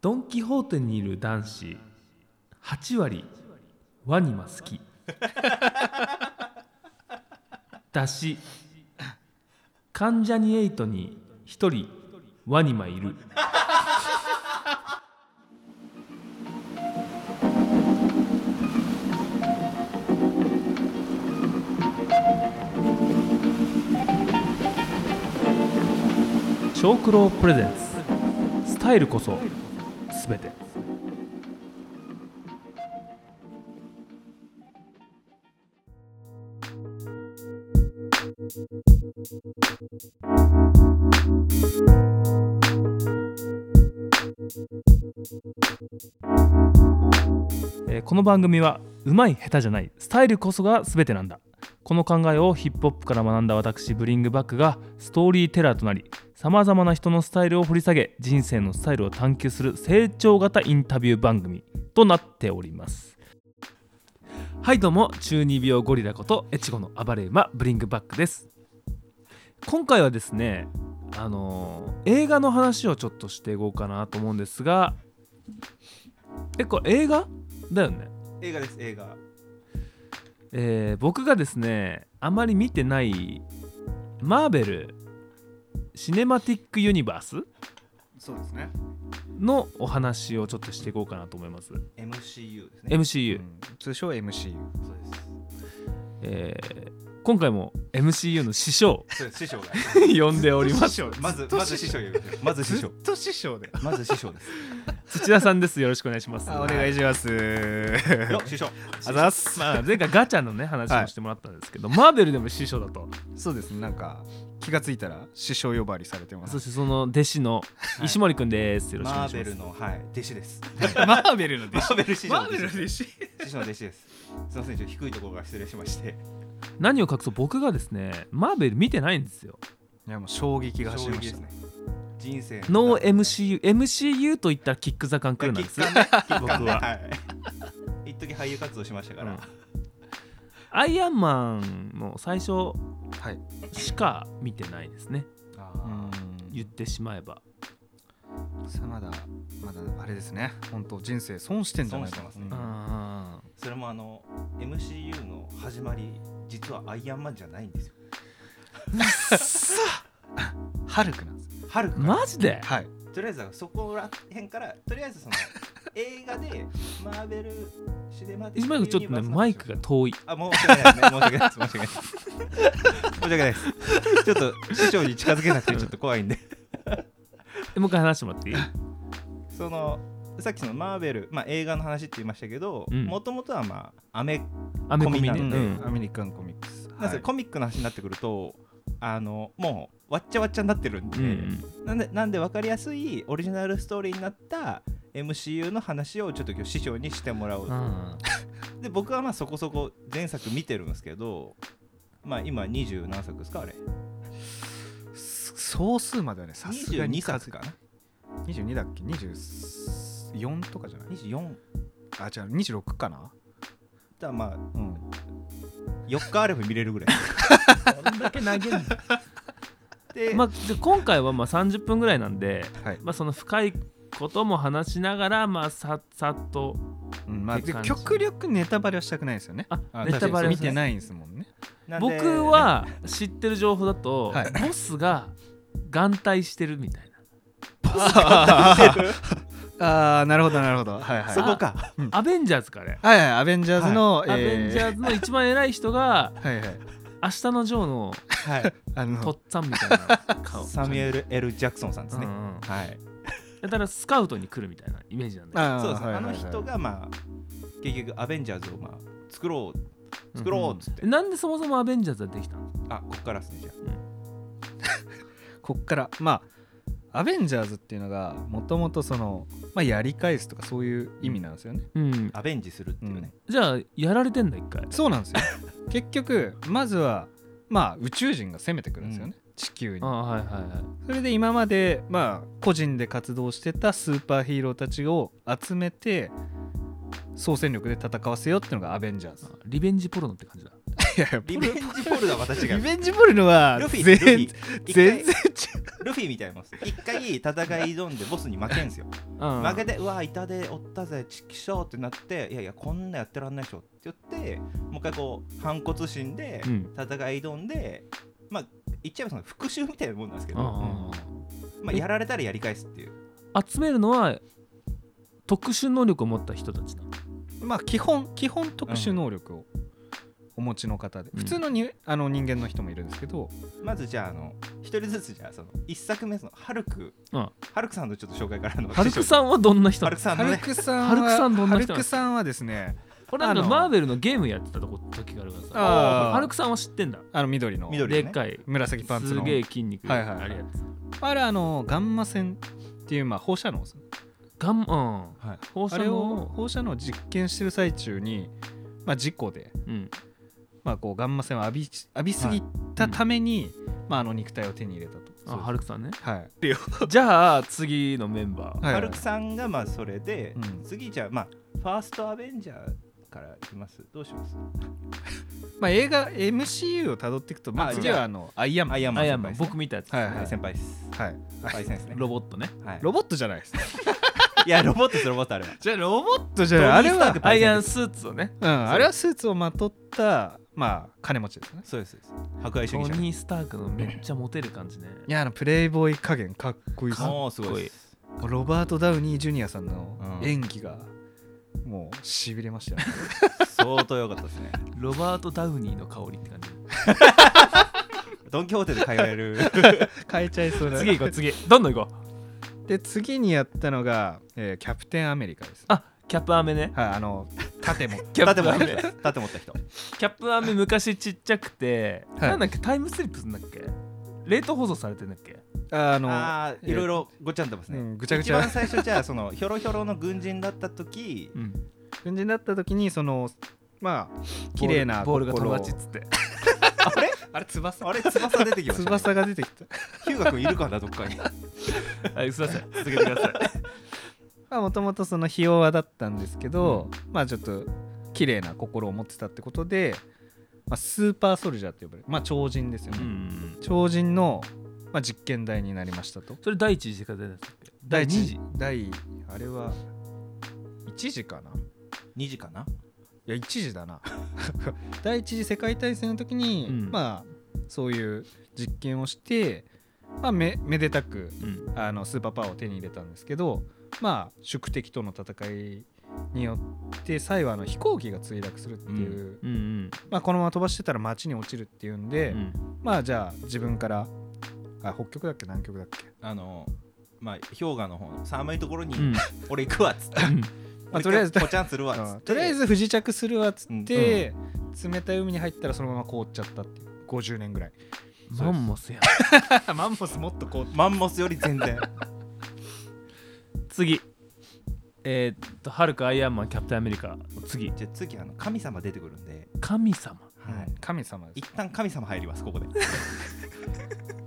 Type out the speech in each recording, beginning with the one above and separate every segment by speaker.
Speaker 1: ドン・キホーテにいる男子8割ワニマ好き だし関ジャニエイトに1人ワニマいる小九郎プレゼンツスタイルこそすべてえーこの番組はうまい下手じゃないスタイルこそが全てなんだこの考えをヒップホップから学んだ私ブリングバックがストーリーテラーとなりさまざまな人のスタイルを掘り下げ人生のスタイルを探求する成長型インタビュー番組となっておりますはいどうも中二病ゴリラことエチゴの暴れ馬ブリングバックです今回はですねあのー映画の話をちょっとしていこうかなと思うんですがえこれ映画だよね
Speaker 2: 映画です映画
Speaker 1: えー僕がですねあまり見てないマーベル・シネマティック・ユニバース
Speaker 2: そうですね
Speaker 1: のお話をちょっとしていこうかなと思います、
Speaker 2: MCU ですね
Speaker 1: MCU、
Speaker 3: うん通称 MCU
Speaker 2: そうで
Speaker 1: えー今回も MCU の師匠
Speaker 2: すそうです師匠が
Speaker 1: 呼んでおります
Speaker 2: まずまず師匠呼びましょうまず師
Speaker 3: ずっ
Speaker 2: 匠
Speaker 3: と師匠で
Speaker 2: まず師匠で す
Speaker 1: 土田さんですよろしくお願いします
Speaker 3: お願いします
Speaker 2: よ師匠
Speaker 3: あざっす
Speaker 1: まあ前回ガチャのね話
Speaker 3: は
Speaker 1: も
Speaker 3: い
Speaker 1: してもらったんですけど、マーベルでも師匠だと
Speaker 3: そうですねなんか気がついたら師匠呼ばわりされてま
Speaker 1: そ
Speaker 3: す
Speaker 1: してその弟子の石森くんです、よろしくお
Speaker 2: マ
Speaker 1: 願い
Speaker 2: ー
Speaker 1: し
Speaker 2: ベ
Speaker 1: ます
Speaker 2: ルのはい弟子です
Speaker 3: マーベルの
Speaker 2: マ
Speaker 3: 弟
Speaker 2: ーベル師匠
Speaker 3: マ
Speaker 2: の
Speaker 3: ーベルの
Speaker 2: 弟子
Speaker 3: 弟
Speaker 2: です
Speaker 3: 子
Speaker 2: 師匠の弟子ですすいませんちょっと低いところが失礼しまして
Speaker 1: 何を隠そう僕がですねマーベル見てないんですよ
Speaker 3: いやもう衝撃が走りましたね
Speaker 2: 人生
Speaker 1: ノー MCUMCU と言ったらキック・ザ・カンクールなんです
Speaker 2: 結果ね
Speaker 1: 僕は
Speaker 2: はい一時俳優活動しましたから、
Speaker 1: うんアイアンマンの最初
Speaker 3: はい
Speaker 1: しか見てないですね
Speaker 2: あ
Speaker 3: う
Speaker 2: ー
Speaker 1: 言ってしまえば
Speaker 3: んさあまだまだあれですね本当人生損してんじゃないかな
Speaker 2: 損してます
Speaker 1: う
Speaker 2: ね
Speaker 3: うん
Speaker 1: ん
Speaker 2: それもあの MCU の始まり実はアイアンマンじゃないんですよ
Speaker 3: ハルクなんです
Speaker 2: ハルクから
Speaker 1: マジで
Speaker 3: はい
Speaker 2: とりあえずはそこら辺からとりあえずその映画でマーベルシネマティ
Speaker 1: 石
Speaker 2: ック
Speaker 1: 森くんちょっとねマイクが遠い
Speaker 2: あ申し訳ないですね申し訳ないです申し訳ないです申し訳ないですちょっと師匠に近づけなくてちょっと怖いんで
Speaker 1: えもう一回話してもらっていい
Speaker 2: そのさっきそのマーベル、まあ、映画の話って言いましたけど
Speaker 1: うん
Speaker 2: もともとはまあアメ
Speaker 1: アメコミね
Speaker 2: コミなんで
Speaker 1: うん
Speaker 3: アメリカンコミックス
Speaker 2: なんせコミックの話になってくるとあのもうわっちゃわっちゃになってるんで、
Speaker 1: うんうん
Speaker 2: なんでなんで分かりやすいオリジナルストーリーになった MCU の話をちょっと今日師匠にしてもらおうと、
Speaker 1: あ
Speaker 2: で僕はまあそこそこ前作見てるんですけどまあ今20何作ですかあれ
Speaker 3: 総数まではねさすがに
Speaker 2: 22作かな
Speaker 3: 22だっけ24とかじゃない
Speaker 2: 24
Speaker 3: あ違う26かな
Speaker 2: だまあ
Speaker 3: うん
Speaker 2: 4日あれば見れるぐらい
Speaker 1: ーどんだけ投げるの
Speaker 2: で、
Speaker 1: まあじゃあ今回はまあ30分ぐらいなんで
Speaker 3: はい
Speaker 1: まあその深いことも話しながらまあささっと
Speaker 3: うんまあ、
Speaker 1: って
Speaker 3: で
Speaker 1: 感じ
Speaker 3: 極力ネタバレはしたくないですよね。
Speaker 1: あ
Speaker 3: あ
Speaker 1: ネタバレ
Speaker 3: だ
Speaker 1: を
Speaker 3: って見てないんですもんね。
Speaker 2: なんで
Speaker 1: 僕は知ってる情報だと、
Speaker 3: はい
Speaker 1: ボスが眼帯してるみたい
Speaker 3: ああ、なるほど、なるほど。はいは い。
Speaker 2: そこか
Speaker 1: なアベンジャーズかね
Speaker 3: はいはい、アベンジャーズの、
Speaker 1: アベンジャーズの一番偉い人が
Speaker 3: ーズ。はいはい。
Speaker 1: 「明日のジョー」の
Speaker 2: はい
Speaker 3: あ
Speaker 1: と
Speaker 3: の、
Speaker 1: っつぁんみたいな顔
Speaker 2: サミュエル・ L ・ジャクソンさんですね、
Speaker 1: うんうん
Speaker 2: はい
Speaker 1: だからスカウトに来るみたいなイメージなんだよ
Speaker 3: あー
Speaker 2: そうです
Speaker 3: はい
Speaker 2: あ
Speaker 3: はいは
Speaker 2: の
Speaker 3: い
Speaker 2: 人がまあ結局アベンジャーズをまあ作ろう作ろうっつって、
Speaker 1: えなんでそもそもアベンジャーズはできたの
Speaker 2: あこっからですねじゃ
Speaker 3: こっから、まあ、アベンジャーズっていうのが、もともとその、まあ、やり返すとかそういう意味なんですよね。
Speaker 1: うん
Speaker 2: あアベンジするっていうね、
Speaker 1: じゃあやられてんだ一回
Speaker 3: そうなんですよ。結局、まずは、まあ、宇宙人が攻めてくるんですよね。地球
Speaker 1: あ
Speaker 3: に。
Speaker 1: あはいはいはい
Speaker 3: それで今まで、まあ、個人で活動してたスーパーヒーローたちを集めて総戦力で戦わせようっていうのがアベンジャーズ
Speaker 1: あリベンジポルノって感じだ
Speaker 3: いやいや
Speaker 2: リベンジポルダはまた違
Speaker 3: リ
Speaker 2: う
Speaker 3: ベンジボルノは
Speaker 2: ルフィル
Speaker 3: 全
Speaker 2: フィ
Speaker 3: 然
Speaker 2: 一回
Speaker 3: 全然違う
Speaker 2: ルフィみたいなもんです一回戦い挑んでボスに負けんですよ
Speaker 1: うん
Speaker 2: 負けてうわ痛手負ったぜちっきしょうってなっていやいやこんなやってらんないでしょって言ってもう一回こう反骨心で
Speaker 1: うん
Speaker 2: 戦い挑んで、まあ言っちゃえばその復讐みたいなもんなんですけど、
Speaker 1: あ
Speaker 2: まあ、やられたらやり返すっていう
Speaker 1: あ集めるのは特殊能力を持った人たちだ
Speaker 3: まあ基本基本特殊能力をお持ちの方で、
Speaker 1: うん
Speaker 3: 普通のにあの人間の人もいるんですけど、
Speaker 2: まずじゃああの一人ずつじゃあその一作目そのハルク、
Speaker 1: うん
Speaker 2: ハルクさんのちょっと紹介からの
Speaker 1: ハルクさんはどんな人
Speaker 2: ハ
Speaker 1: な
Speaker 2: ル
Speaker 1: の
Speaker 2: クさん
Speaker 3: ハ
Speaker 2: の
Speaker 3: ル
Speaker 2: ね
Speaker 3: ク
Speaker 1: ハルク
Speaker 3: さんは
Speaker 1: さんどんな人な
Speaker 3: ハ
Speaker 1: ん
Speaker 3: ル
Speaker 1: で
Speaker 3: ク
Speaker 1: す
Speaker 3: さんはですね
Speaker 1: これなんか
Speaker 3: あの
Speaker 1: マーベルのゲームやってたとこ時があるからさ
Speaker 3: あー
Speaker 1: ハルクさんは知ってんだ
Speaker 3: あの緑の
Speaker 2: 緑
Speaker 1: で
Speaker 2: ね
Speaker 1: っかい
Speaker 3: 紫パンツ
Speaker 1: す
Speaker 3: の
Speaker 1: げえ筋肉
Speaker 3: はいはいはい
Speaker 1: あるやつ
Speaker 3: あれあのガンマ線っていう、まあ、放射能ですね
Speaker 1: ガンうん
Speaker 2: はい
Speaker 1: 放
Speaker 3: あ
Speaker 1: 射
Speaker 3: れを
Speaker 1: 能
Speaker 3: 放射能を実験してる最中に、まあ、事故で、
Speaker 1: うん
Speaker 3: まあ、こうガンマ線を浴び浴びすぎたために、まあ、あの肉体を手に入れたと
Speaker 1: あハルクさんね
Speaker 3: はい
Speaker 1: じゃあ次のメンバー
Speaker 3: はい
Speaker 2: ハルクさんがまあそれで、
Speaker 3: うん
Speaker 2: 次じゃあまあファーストアベンジャーからいきますどうします
Speaker 3: まあ、映画 MCU をたどっていくと、まあ、
Speaker 2: あ
Speaker 3: 次
Speaker 2: じゃ
Speaker 3: は
Speaker 2: あ
Speaker 3: あのアイアンマ
Speaker 2: ア
Speaker 3: ン
Speaker 2: イアンマ
Speaker 1: ア
Speaker 2: ン
Speaker 1: イア
Speaker 2: 先
Speaker 1: ンマ
Speaker 2: 輩
Speaker 1: ン
Speaker 2: ですね
Speaker 1: 僕見たやつ
Speaker 3: はい
Speaker 2: はい先輩っす
Speaker 3: はい、
Speaker 2: 先輩ですね
Speaker 1: ロボットね
Speaker 2: はい
Speaker 3: ロボットじゃない ですね
Speaker 2: いやロボットですロボットあれは
Speaker 3: じゃあロボットじ
Speaker 2: ゃない
Speaker 3: あれ
Speaker 2: トニースター
Speaker 3: は
Speaker 2: ク、
Speaker 1: アイアンスーツをね
Speaker 3: うん、あれはスーツをまとったまあ金持ちですね
Speaker 2: そうですそうです博愛主
Speaker 1: ト
Speaker 2: 義者
Speaker 1: ニー・スタークのめっちゃモテる感じね
Speaker 3: いやあのプレイボーイ加減かっこいいですね
Speaker 2: もうすごいです
Speaker 3: ロバート・ダウニー・ジュニアさんの
Speaker 2: うん
Speaker 3: 演技がもうしびれましたね
Speaker 2: 相当良かったですね
Speaker 1: ロバート・ダウニーの香りって感 じ
Speaker 2: ドン・キホーテで通える
Speaker 3: 変えちゃいそうな
Speaker 1: 次行こう次どんどん行こう
Speaker 3: で次にやったのが、えーキャプテン・アメリカです
Speaker 1: あキャップアメね
Speaker 3: はい あの盾も
Speaker 1: キャッ
Speaker 2: 盾
Speaker 1: プ
Speaker 2: 持
Speaker 1: ア
Speaker 2: った
Speaker 1: メ
Speaker 2: 人盾持った人
Speaker 1: キャップアメ昔ちっちゃくて、
Speaker 3: はい
Speaker 1: なんだっけタイムスリップすんだっけ冷凍保存されてんだっけ
Speaker 3: ああの
Speaker 2: あーいろいろごちゃんとますね、
Speaker 3: うんぐちゃぐち
Speaker 2: 一
Speaker 3: ゃ
Speaker 2: 番最初じゃあそのひょろひょろの軍人だった時
Speaker 1: うん
Speaker 3: 軍人だった時にそのまあ綺麗な
Speaker 1: ボールボール
Speaker 3: 心を
Speaker 1: が友達っつって
Speaker 3: あれ翼
Speaker 2: あれ翼出てきました、ね、
Speaker 3: 翼が出てきた
Speaker 2: ヒューガ君いるかなどっかに
Speaker 1: はいすいません続けてください
Speaker 3: まあもともとそのひ弱だったんですけど、まあちょっと綺麗な心を持ってたってことで、まあ、スーパーソルジャーって呼ばれるまあ超人ですよね、
Speaker 1: うん
Speaker 3: 超人の、まあ、実験台になりましたと
Speaker 1: それ第一次世界大戦だっけ第
Speaker 3: 第
Speaker 1: 二
Speaker 3: 一
Speaker 1: 次
Speaker 3: 第あれは1時かない
Speaker 2: 2時かな
Speaker 3: や1時だな 第一次世界大戦の時に、
Speaker 1: うん
Speaker 3: まあそういう実験をして、まあ、めめでたく
Speaker 1: うん
Speaker 3: あのスーパーパワーを手に入れたんですけどまあ宿敵との戦いによって最後あの飛行機が墜落するっていう、
Speaker 1: うんうん
Speaker 3: まあ、このまま飛ばしてたら街に落ちるっていうん で、
Speaker 1: うん
Speaker 3: まあじゃあ自分からあ北極だっけ南極だっけ、
Speaker 2: あのまあ氷河の方の寒いところに、
Speaker 1: うん
Speaker 2: 俺行くわっつって
Speaker 1: うん
Speaker 3: まあ、とりあえず
Speaker 2: ポチャンするわっつっ
Speaker 3: うん
Speaker 2: て
Speaker 3: とりあえず不時着するわっつって、冷たい海に入ったらそのまま凍っちゃったっていう50年ぐらい
Speaker 1: マンモスや
Speaker 3: マンモスもっと凍っ
Speaker 2: マンモスより全 然
Speaker 1: 次えーっとハルクアイアンマンキャプテンアメリカ次
Speaker 2: じゃあ次あの神様出てくるんで、
Speaker 1: 神様
Speaker 2: はい、
Speaker 3: 神様です
Speaker 2: 一旦神様入りますこ こで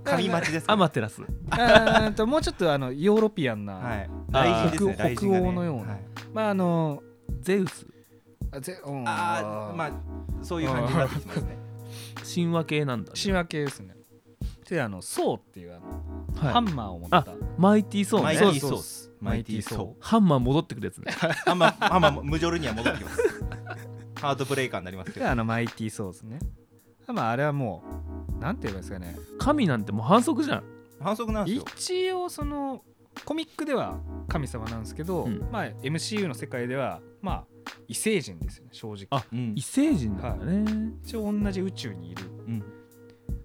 Speaker 2: 神待ちですか
Speaker 1: ア
Speaker 2: ら
Speaker 1: マテラス
Speaker 3: あーともうちょっとあのヨーロピアンな、
Speaker 2: はい
Speaker 1: あー
Speaker 2: 雷神ですね
Speaker 3: 北
Speaker 2: 雷神がね
Speaker 3: 北欧のような
Speaker 2: はい
Speaker 3: まああの
Speaker 1: ゼウス
Speaker 3: あぜうん
Speaker 2: ああまあそういう感じになってきますね
Speaker 1: 神話系なんだね、
Speaker 3: 神話系ですねであのソウっていうあの、
Speaker 1: はい
Speaker 3: ハンマーを持った
Speaker 1: マイティーソー
Speaker 2: マ
Speaker 1: ね
Speaker 2: イテ
Speaker 3: そ
Speaker 2: ィ
Speaker 3: う
Speaker 2: ー
Speaker 3: そう
Speaker 2: ソースマイティーソ
Speaker 1: ハンマー戻ってくるやつ ね
Speaker 2: ースあんまあんま無情には戻ってきますハートブレイカーになりますけ
Speaker 3: で
Speaker 2: ど
Speaker 3: あのマイティーソースねまああれはもうなんて言えばいいですかね
Speaker 1: 神なんてもう反則じゃん
Speaker 2: 反則なんですよ
Speaker 3: 一応そのコミックでは神様なんですけど、
Speaker 1: うん
Speaker 3: まあ MCU の世界ではまあ異星人ですよね正直
Speaker 1: あ
Speaker 2: うん
Speaker 1: 異星人なんだね、
Speaker 3: 一応同じ宇宙にいる
Speaker 2: うん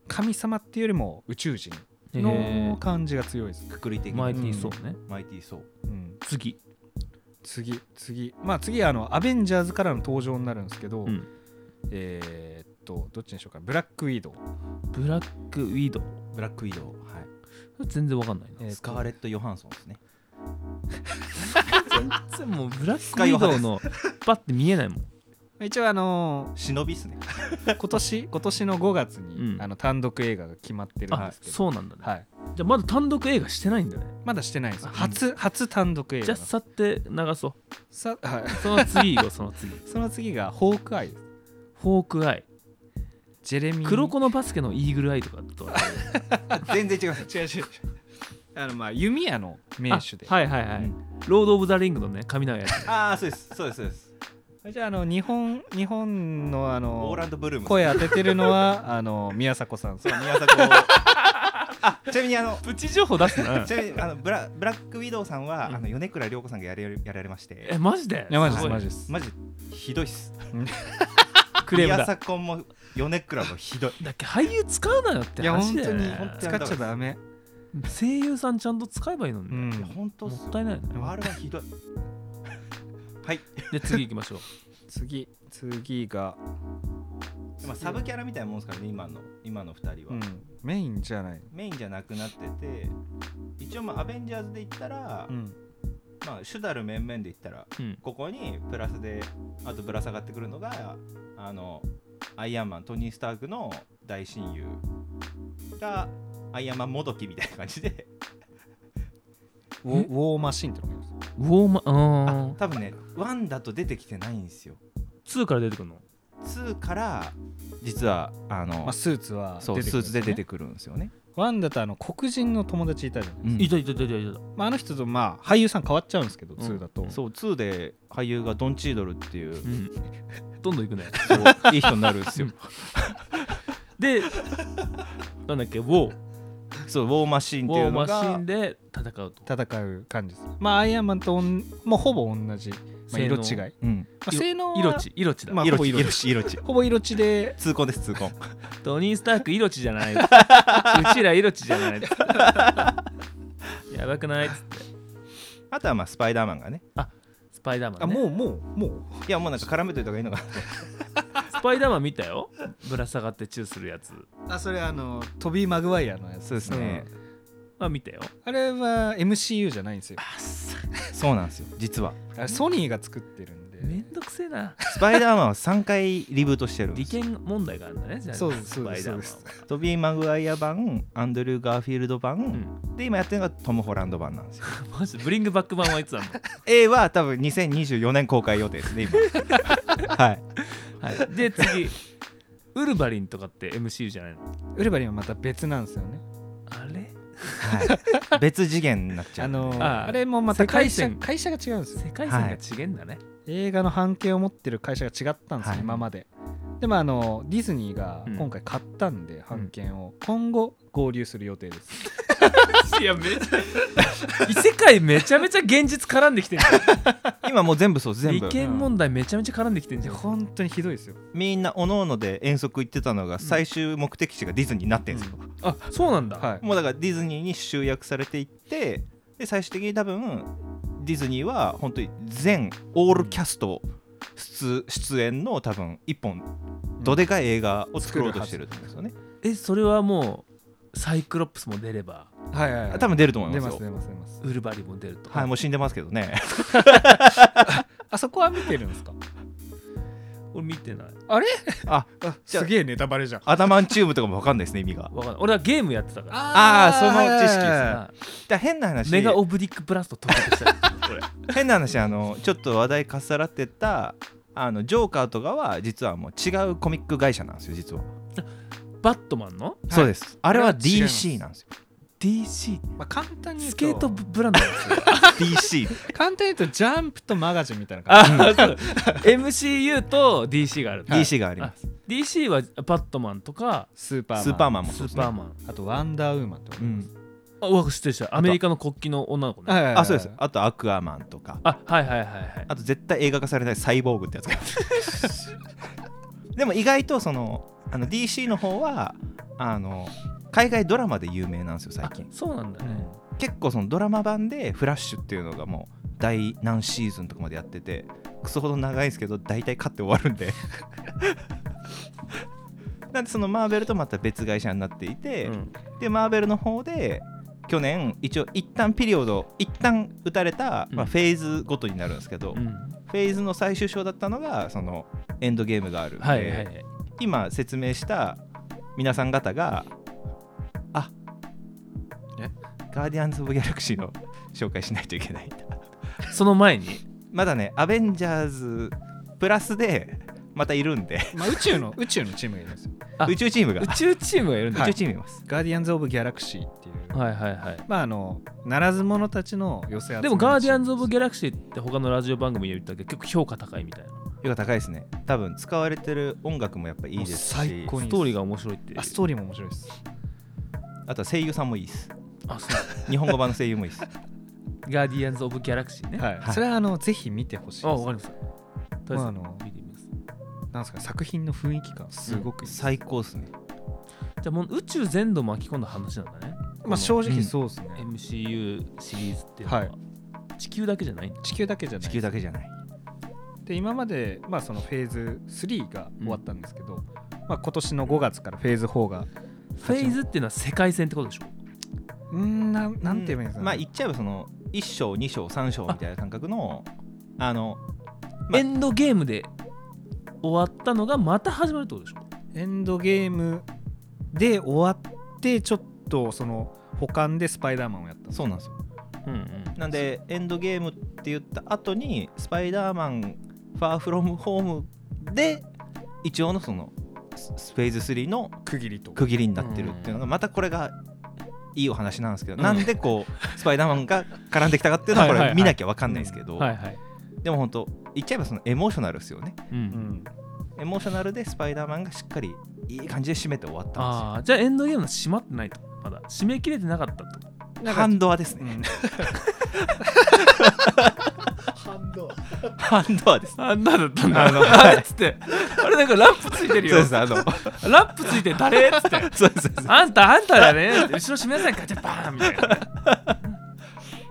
Speaker 3: 神様っていうよりも宇宙人
Speaker 1: へ
Speaker 3: の感じが強いです、
Speaker 2: くくり的
Speaker 1: え
Speaker 2: にマ
Speaker 1: マ
Speaker 2: イ
Speaker 1: イティーソーね、
Speaker 2: ティーソー
Speaker 3: うん、
Speaker 1: 次、
Speaker 3: 次次まあ次はあのアベンジャーズからの登場になるんですけど、
Speaker 1: うん
Speaker 3: えーっとどっちにしようかブラックウィードウ
Speaker 1: ブラックウィード
Speaker 2: ブラックウィドウはい
Speaker 1: 全然わかんないな、
Speaker 3: えー
Speaker 2: スカーレット・ヨハンソンですね。
Speaker 1: 全然もうブラックウィードウの パッて見えないもん
Speaker 3: 一応あの
Speaker 2: 忍びっすね。
Speaker 3: ー今年今年の5月に、
Speaker 1: うん
Speaker 3: あの単独映画が決まってるん
Speaker 1: あ
Speaker 3: ですけど
Speaker 1: そうなんだね、
Speaker 3: はい、
Speaker 1: じゃあまだ単独映画してないんだね
Speaker 3: まだしてないんですよ
Speaker 1: あ
Speaker 3: 初初単独映画
Speaker 1: じゃあ
Speaker 3: なんです
Speaker 1: 去って流そう
Speaker 3: さ、はい、
Speaker 1: その次がその次
Speaker 3: その次がホークアイです
Speaker 1: フォークアイ
Speaker 3: ジェレミ ー
Speaker 1: 黒子のバスケのイーグルアイとかとは
Speaker 2: 全然違います。
Speaker 3: 違う違う違うあのまあ弓矢の名手で、
Speaker 1: はいはいはい、
Speaker 2: うん
Speaker 1: ロード・オブ・ザ・リングのね髪長いやつ
Speaker 2: ああそうですそうですそうです
Speaker 3: じゃああの日本日本のあ
Speaker 2: オーラ
Speaker 3: の
Speaker 2: ンドブルーム
Speaker 3: 声当ててるのはあの宮迫さん
Speaker 2: そう宮迫 あちなみにあの
Speaker 1: プチ情報出すな
Speaker 2: ちなみにあのブラブラックウィドウさんは、
Speaker 1: うん
Speaker 2: あの米倉涼子さんがやれやられまして
Speaker 1: えマジで
Speaker 3: いやマジで
Speaker 1: ですす
Speaker 3: マ
Speaker 1: マ
Speaker 3: ジ
Speaker 1: ジ
Speaker 3: です
Speaker 2: マジひどいっす
Speaker 1: クレーム
Speaker 2: 宮
Speaker 1: だ
Speaker 2: 迫も米倉もひどい
Speaker 1: だっけ俳優使うなよって
Speaker 3: いや
Speaker 1: 話
Speaker 3: 本
Speaker 1: だ
Speaker 3: 当
Speaker 1: よ、
Speaker 3: に
Speaker 1: ね、
Speaker 2: 本当
Speaker 3: 使っちゃダメ
Speaker 1: 声優さんちゃんと使えばいいのに、
Speaker 3: う
Speaker 1: ね
Speaker 2: いや
Speaker 3: ん
Speaker 2: 本当っすよ
Speaker 1: もったいないね
Speaker 2: あれはひどいはい
Speaker 1: で次行きましょう
Speaker 3: 次次が
Speaker 2: まあサブキャラみたいなもんですからね今の今の2人は、
Speaker 3: うんメインじゃない
Speaker 2: メインじゃなくなってて一応まあアベンジャーズで言ったら、
Speaker 3: うん
Speaker 2: まあ主たる面々で言ったら
Speaker 1: うん
Speaker 2: ここにプラスであとぶら下がってくるのがあのアイアンマントニー・スタークの大親友がアイアンマンもどきみたいな感じで
Speaker 3: ウォウォーマシンってのがいます
Speaker 1: ウォーマ
Speaker 2: あ
Speaker 1: あ
Speaker 2: 多分ねワンだと出てきてないんですよ
Speaker 1: ー2から出てくるの
Speaker 2: 2から実はあの、
Speaker 3: まあスーツは
Speaker 2: そう、
Speaker 3: 出てく
Speaker 2: ス
Speaker 3: る
Speaker 2: ー
Speaker 3: ん
Speaker 2: ツで出て
Speaker 3: くる
Speaker 2: くるんですよね、
Speaker 3: ワンだとあの黒人の友達いたじゃない、
Speaker 1: いたいたいたいたいた
Speaker 3: まあ、あの人とまあ俳優さん変わっちゃうんですけど、
Speaker 1: ん
Speaker 3: ツーだと、
Speaker 2: そう2で俳優がドン・チードルっていう
Speaker 1: うんどんどん行くね
Speaker 2: そういい人になるんですよ
Speaker 1: でなんだっけウォー
Speaker 2: そうウォーマシーン
Speaker 1: ウ
Speaker 2: ってい
Speaker 1: ォ
Speaker 2: う
Speaker 1: ー
Speaker 2: の
Speaker 1: マシ
Speaker 2: が
Speaker 1: ンで戦うと
Speaker 3: 戦う感じですまあアイアンマンとおんもうほぼ同じ、まあ、
Speaker 1: 性
Speaker 3: 色
Speaker 1: 能
Speaker 3: 違い、ま
Speaker 2: うん
Speaker 3: あ、性能は
Speaker 1: イロチイロチだ、
Speaker 3: まあ
Speaker 2: 色
Speaker 3: ほぼ
Speaker 2: 地
Speaker 3: 色
Speaker 2: 色地色地
Speaker 3: ほぼ色地で
Speaker 2: 痛恨です痛恨
Speaker 1: トニー・スタークイロチじゃないう ちらイロチじゃないっつってやばくないっつって
Speaker 2: あとはまあスパイダーマンがね
Speaker 1: スパイダーマ
Speaker 3: あ
Speaker 1: ン、ね、
Speaker 3: もうもうもう
Speaker 2: いやもうなんか絡めといた方がいいの かな
Speaker 1: スパイダーマン見たよぶら下がってチューするやつ
Speaker 3: あそれあのトビー・マグワイアのやつ
Speaker 2: そうですね、
Speaker 1: は見たよ
Speaker 3: あれは MCU じゃないんですよ
Speaker 2: そうなんですよ実は
Speaker 3: あれソニーが作ってるんで、
Speaker 1: めんどくせえな
Speaker 2: スパイダーマンは3回リブートしてるんで
Speaker 1: 利
Speaker 2: すよ
Speaker 1: 権問題があるんだねじゃあ
Speaker 3: そうです
Speaker 1: スパイダーマンは
Speaker 3: そう
Speaker 2: トビー・マグワイア版アンドリュー・ガーフィールド版、
Speaker 1: う
Speaker 2: で今やってるのがトム・ホランド版なんですよ
Speaker 1: んマジでブリングバック版はいつな の
Speaker 2: A は多分2024年公開予定ですね 今はい
Speaker 1: はいで次ウルバリンとかって MCU じゃないの
Speaker 3: ウルバリンはまた別なんですよね
Speaker 1: あれ
Speaker 2: はい、別次元になっちゃ
Speaker 3: あ
Speaker 2: う、
Speaker 3: の
Speaker 1: あ
Speaker 3: あれもまた会社
Speaker 1: 世界線
Speaker 3: 会社が違うんですよ
Speaker 1: 世界線が違えんだね、
Speaker 3: 映画の半径を持ってる会社が違ったんですよ、
Speaker 2: はい
Speaker 3: 今まででもあのディズニーが今回買ったんで、版権を今後合流する予定です、
Speaker 1: いやめちゃ 異世界めちゃめちゃ現実絡んできてんじゃ
Speaker 2: 今もう全部そう全
Speaker 1: ん利
Speaker 2: 部
Speaker 1: 権問題めちゃめちゃ絡んできてんじゃん
Speaker 3: 本当にひどいですよ
Speaker 2: みんなおのおので遠足行ってたのが最終目的地がディズニーになってんですよ、
Speaker 1: あそうなんだ、
Speaker 3: はい
Speaker 2: もうだからディズニーに集約されていってで最終的に多分ディズニーは本当に全オールキャスト出出演の多分一本どでかい映画を作ろうとしてると思うんですよね、
Speaker 1: えそれはもうサイクロプスも出れば
Speaker 3: はいはい、はい、
Speaker 2: 多分出ると思い
Speaker 3: 出
Speaker 2: ま
Speaker 3: ますす
Speaker 2: よ
Speaker 3: 出ます出ます
Speaker 1: ウルバリンも出ると、
Speaker 2: はいもう死んでますけど ね
Speaker 3: あそこは見てるんですか
Speaker 1: 俺見てない
Speaker 2: あ
Speaker 3: あ
Speaker 2: じゃあ
Speaker 3: すげえネタバレじゃん
Speaker 2: アダマンチウムとかも分かんないですね意味 が
Speaker 1: わかんない俺はゲームやってたから
Speaker 2: あーその知識ですね
Speaker 3: はいはいはい
Speaker 1: あ
Speaker 2: だから変な話
Speaker 1: メガオブリックブラスト特別したこれ
Speaker 2: 変な話あのちょっと話題かっさらってたあのジョーカーとかは実はもう違うコミック会社なんですよ実は、
Speaker 1: バットマンの
Speaker 2: そうですあれは
Speaker 3: これは違います
Speaker 2: DC なんです よ
Speaker 1: DC
Speaker 3: まあ、簡単に言う
Speaker 1: ス
Speaker 3: と
Speaker 1: ケートブランドなんですよ
Speaker 2: DC
Speaker 3: 簡単に言うとジャンプとマガジンみたいな感じ
Speaker 1: あそう MCU と DC がある、
Speaker 3: はい
Speaker 2: DC があります
Speaker 1: DC はバットマンとか
Speaker 3: スーパーマン
Speaker 2: スーパーマンも
Speaker 1: ス
Speaker 2: そう
Speaker 1: ー
Speaker 2: ですね
Speaker 1: パーマン
Speaker 3: あとワンダーウーマンとか、
Speaker 2: うん
Speaker 1: あわ失礼したアメリカの国旗の女の子ね、
Speaker 3: はいはいはい
Speaker 2: あそうですあとアクアマンとか
Speaker 1: あはいはいはいはい
Speaker 2: あと絶対映画化されないサイボーグってやつが でも意外とそのあの DC の方はあの海外ドラマで有名なんですよ最近
Speaker 1: あそうなんだ
Speaker 3: う
Speaker 1: ね、
Speaker 3: ん
Speaker 2: 結構そのドラマ版で「フラッシュ」っていうのがもう第何シーズンとかまでやっててクソほど長いんですけど大体勝って終わる んでなんでそのマーベルとまた別会社になっていて、
Speaker 1: うん
Speaker 2: でマーベルの方で去年一応一旦ピリオド一旦打たれた、
Speaker 1: うん
Speaker 2: まあ、フェーズごとになるんですけど、
Speaker 1: う
Speaker 2: フ
Speaker 1: ん
Speaker 2: ェーズの最終章だったのがそのエンドゲームがあるんで、
Speaker 1: はいはいはい
Speaker 2: 今説明した皆さん方があ
Speaker 3: え
Speaker 2: ガーディアンズ・オブ・ギャラクシーの紹介しないといけないんだ
Speaker 1: その前に
Speaker 2: まだねアベンジャーズプラスでまたいるんで
Speaker 3: まあ、宇宙の 宇宙のチームがいるんですよ
Speaker 1: あ
Speaker 2: 宇宙チームが
Speaker 1: 宇宙チームがいるんだ、
Speaker 2: 宇宙チームいます、
Speaker 3: ガーディアンズ・オブ・ギャラクシーっていうよ、
Speaker 1: はいはいはい
Speaker 3: まああのならず者たちの寄せ集め
Speaker 1: でも「ガーディアンズ・オブ・
Speaker 3: ギ
Speaker 1: ギャラクシー」って他のラジオ番組で言ったけど結構評価高いみたいな
Speaker 2: 評価高いですね多分使われてる音楽もやっぱいいですし
Speaker 3: もう最高に
Speaker 1: ストーリーが面白いっていう
Speaker 3: あストーリーも面白いです
Speaker 2: あとは声優さんもいいです
Speaker 1: あそう
Speaker 2: 日本語版の声優もいいです
Speaker 1: ガーディアンズ・オブ・ギャラクシーね、
Speaker 3: はい、
Speaker 2: はい
Speaker 3: それはあのぜひ見てほしいです
Speaker 1: あわかりましたとりあえず
Speaker 3: まああの
Speaker 1: 見てみます
Speaker 3: なんですか作品の雰囲気感すごくいいです、
Speaker 2: 最高ですね
Speaker 1: じゃあもう宇宙全土巻き込んだ話なんだね
Speaker 3: まあ、正
Speaker 2: う
Speaker 3: 直
Speaker 2: ん
Speaker 3: そうですね、
Speaker 1: MCU シリーズっていうのは、
Speaker 3: はい
Speaker 1: 地球だけじゃないんだ
Speaker 3: 地球だけじゃない
Speaker 2: 地球だけじゃない
Speaker 3: で今まで、まあ、そのフェーズ3が終わったんですけど、まあ、今年の5月からフェーズ4が
Speaker 1: フェーズっていうのは世界線ってことでしょ
Speaker 3: うーんなんなんて言えばいいんですかね、
Speaker 2: まあ言っちゃえばその1章2章3章みたいな感覚のあのまあ
Speaker 1: エンドゲームで終わったのがまた始まるってことでしょ
Speaker 3: エンドゲームで終わってちょっとその補完でスパイダーマンをやった
Speaker 2: そうなんですよ
Speaker 1: うん
Speaker 2: なんでエンドゲームって言った後にスパイダーマンファーフロムホームで一応のそのススフェーズ3の
Speaker 3: 区切りと
Speaker 2: 区切りになってるっていうのがまたこれがいいお話なんですけど、
Speaker 1: うん
Speaker 2: なんでこうスパイダーマンが絡んできたかっていうのはこ
Speaker 1: はいはい
Speaker 2: れ
Speaker 1: はい
Speaker 2: 見なきゃわかんないですけど、
Speaker 1: はいはい、
Speaker 2: でも本当言っちゃえばそのエモーショナルですよね
Speaker 1: う、
Speaker 3: うんん、
Speaker 2: エモーショナルでスパイダーマンがしっかりいい感じで締めて終わったんですよ
Speaker 1: ああじゃあエンドゲームは閉まってないとまだ締め切れてなかったと
Speaker 3: なん
Speaker 2: ハ
Speaker 3: か
Speaker 2: ンドアです
Speaker 3: う
Speaker 2: ね。
Speaker 3: ん
Speaker 2: ハンドアです。
Speaker 1: あんなだったんだ
Speaker 2: あの
Speaker 1: あれっつってあれなんかラップついてる
Speaker 2: そう
Speaker 1: よ
Speaker 2: です。あの、
Speaker 1: ラップついて誰っつって
Speaker 2: そうです。そうです
Speaker 1: あんたあんただねって後ろ閉めなさいガチャバーンみたいな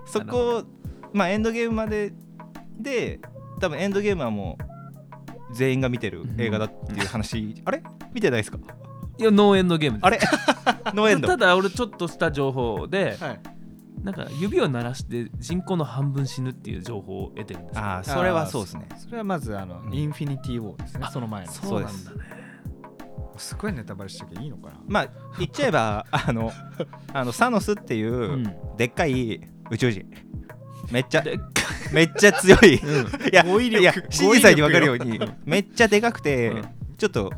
Speaker 2: そこ、まあ、エンドゲームまでで、多分エンドゲームはもう、全員が見てる映画だっていう話、あれ見てないですか
Speaker 1: いやノーエンドゲームです
Speaker 2: あれ ノーエ ンド
Speaker 1: た。だ俺ちょっとした情報で
Speaker 3: はい、
Speaker 1: なんか指を鳴らして人口の半分死ぬっていう情報を得てるんですよ
Speaker 2: ああ、それはそうですね。
Speaker 3: それはまずあの、
Speaker 2: うん
Speaker 3: インフィニティ・ウォーですね
Speaker 1: あ
Speaker 3: その前の
Speaker 1: そうなんだね
Speaker 3: すごいネタバレしてけいいのかな
Speaker 2: まあ、言っちゃえば、あの、あのサノスっていう、
Speaker 1: うん
Speaker 2: でっかい宇宙人。めっちゃ、
Speaker 1: で
Speaker 2: めっちゃ強い。いや、
Speaker 3: 語彙力
Speaker 2: いや、
Speaker 3: 語彙力よ
Speaker 2: シンジさんに分かるように、めっちゃでかくて、
Speaker 1: うん
Speaker 2: ちょっと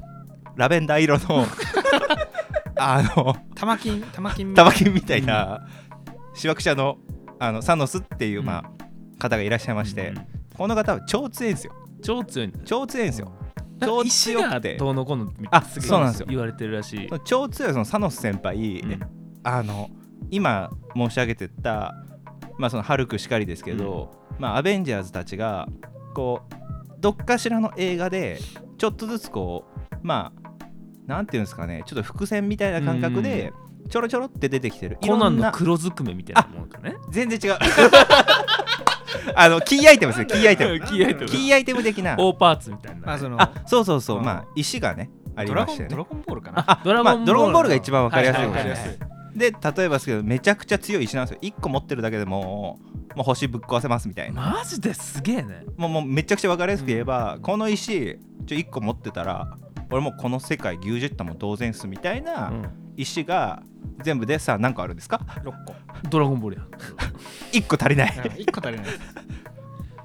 Speaker 2: ラベンダー色 の、あの、
Speaker 3: 玉金玉金
Speaker 2: タバキンみたいな、しわくちゃの、あの、サノスっていう、まあ、方がいらっしゃいまして、
Speaker 1: うん
Speaker 2: この方は超強いんですよ。
Speaker 1: 超強いんだ
Speaker 2: 超強いんですよ。
Speaker 1: なん
Speaker 2: 超
Speaker 1: か石
Speaker 2: 強
Speaker 1: が
Speaker 2: くて。
Speaker 1: どうのこうのみ
Speaker 2: あ
Speaker 1: げえ
Speaker 2: そうなんですよ
Speaker 1: 言われてるらしい、
Speaker 2: 超強いそのサノス先輩、
Speaker 1: うん
Speaker 2: あの今申し上げてた、まあ、そのハルクしかりですけど、まあ、アベンジャーズたちがこうどっかしらの映画でちょっとずつこうまあなんていうんですかねちょっと伏線みたいな感覚でちょろちょろって出てきてるいろ
Speaker 1: コ
Speaker 2: ん
Speaker 1: ナ
Speaker 2: な
Speaker 1: ンの黒ずくめみたいなものかね
Speaker 2: 全然違う あのキーアイテムですねキーアイテム
Speaker 1: キーアイテム
Speaker 2: キーアイテム的な
Speaker 1: 大パーツみたいな、
Speaker 3: まあその
Speaker 2: あそうそうそう、
Speaker 3: うん
Speaker 2: まあ石がねあり
Speaker 3: ドラ
Speaker 2: ま
Speaker 3: ゴ
Speaker 2: し
Speaker 3: ン
Speaker 2: たよね
Speaker 3: ドラゴンボールかな
Speaker 1: あドラゴンボール,、
Speaker 2: まあドラゴンボールが一番わかりやすいかもし
Speaker 1: は
Speaker 2: れ
Speaker 1: い
Speaker 2: な
Speaker 1: はいいはいはい
Speaker 2: で例えばですけどめちゃくちゃ強い石なんですよ1個持ってるだけでもうもう星ぶっ壊せますみたいな
Speaker 1: マジですげえね
Speaker 2: もうもうめちゃくちゃ分かりやすく言えば、この石ちょ1個持ってたら俺もうこの世界牛耳ったも同然っすみたいな石が全部でさ何個あるんですか
Speaker 3: 6個
Speaker 1: ドラゴンボールやん
Speaker 2: 1個足りない
Speaker 3: 1個足りないです